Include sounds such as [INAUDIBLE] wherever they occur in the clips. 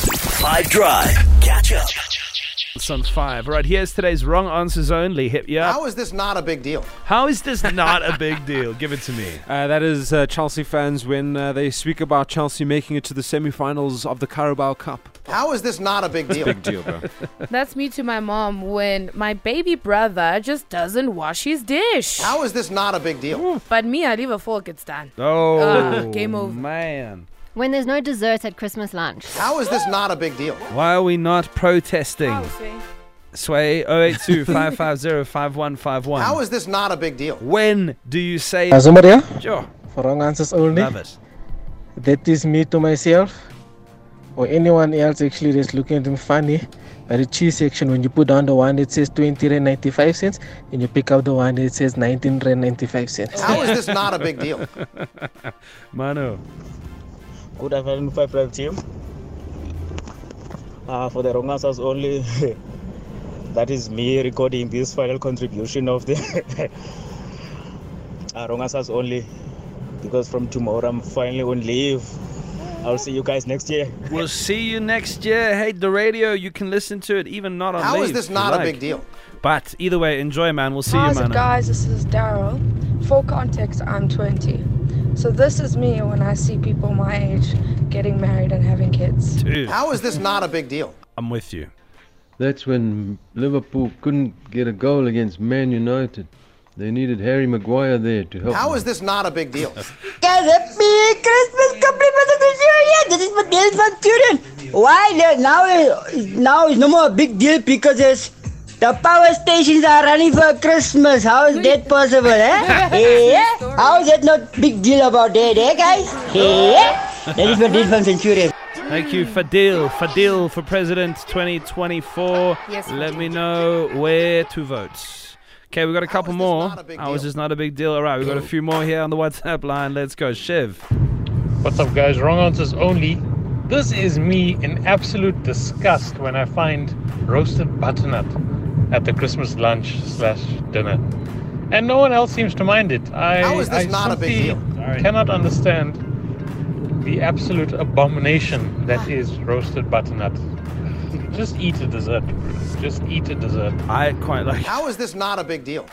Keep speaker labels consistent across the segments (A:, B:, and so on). A: Five Drive. Catch up.
B: It's on five. All right, here's today's wrong answers only. Hit you up.
C: How is this not a big deal?
B: How is this not a big deal? Give it to
C: [LAUGHS]
B: me.
D: Uh, that is uh, Chelsea fans when uh, they speak about Chelsea making it to the semi-finals of the Carabao Cup.
C: How is this not a big deal?
D: deal, bro.
E: That's me to my mom when my baby brother just doesn't wash his dish.
C: How is this not a big deal?
E: But me, I leave a fork, it's done.
B: Oh,
E: Ah, game over.
B: man.
F: When there's no dessert at Christmas lunch.
C: How is this not a big deal?
B: Why are we not protesting? Sway
C: [LAUGHS]
B: 082 550 5151.
C: How is this not a big deal?
B: When do you say.
G: Uh, somebody here
B: Sure.
G: for wrong answers only.
B: Love it.
G: That is me to myself or anyone else actually that's looking at them funny. At the cheese section, when you put down the one that says 20 rand 95 cents and you pick up the one that says 19 rand 95 cents.
C: How is this not a big deal?
B: Mano.
H: Good afternoon, Five Live team. Uh, for the wrong answers only, [LAUGHS] that is me recording this final contribution of the [LAUGHS] uh, wrong answers only, because from tomorrow I'm finally on leave. I'll see you guys next year.
B: We'll see you next year. Hey, the radio, you can listen to it even not on
C: How
B: leave
C: is this
B: if you
C: not a
B: like.
C: big deal?
B: But either way, enjoy, man. We'll see
I: How's
B: you,
I: it,
B: man.
I: guys? This is Daryl. For context, I'm 20. So this is me when I see people my age getting married and having kids.
B: Dude,
C: How is this not a big deal?
B: I'm with you.
J: That's when Liverpool couldn't get a goal against Man United. They needed Harry Maguire there to help.
C: How
J: them.
C: is this not a big deal?
K: Guys, happy Christmas compliments of the year. Yeah, this is for deal for children. Why there- now? is- Now is no more a big deal because it's the power stations are running for Christmas. How is that possible, eh? yeah, how is that not big deal about that, eh, guys? Yeah, that is for deal for centurion.
B: Thank you, Fadil. Fadil for President 2024.
E: Yes,
B: Let
E: Fadil.
B: me know where to vote. Okay, we've got a couple
C: is this
B: more.
C: not a big
B: Ours
C: deal?
B: is not a big deal. All right, we've got a few more here on the WhatsApp line. Let's go, Shiv.
H: What's up, guys? Wrong answers only. This is me in absolute disgust when I find roasted butternut at the Christmas lunch slash dinner, and no one else seems to mind it. I
C: How is this
H: I
C: not a big
H: simply
C: deal?
H: Cannot understand the absolute abomination that is roasted butternut. Just eat a dessert. Just eat a dessert.
B: I quite like.
C: How is this not a big deal?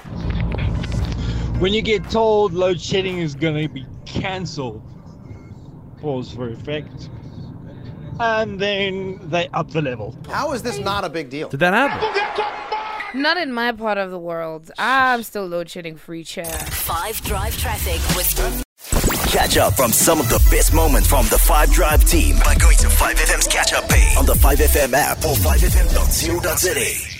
H: When you get told load shedding is going to be cancelled, pause for effect, and then they up the level.
C: How is this not a big deal?
B: Did that happen?
E: Not in my part of the world. Ah, I'm still load shedding free chair.
L: Five Drive Traffic with
A: Catch up from some of the best moments from the Five Drive team by going to 5FM's catch up page on the 5FM app or 5FM.co.za.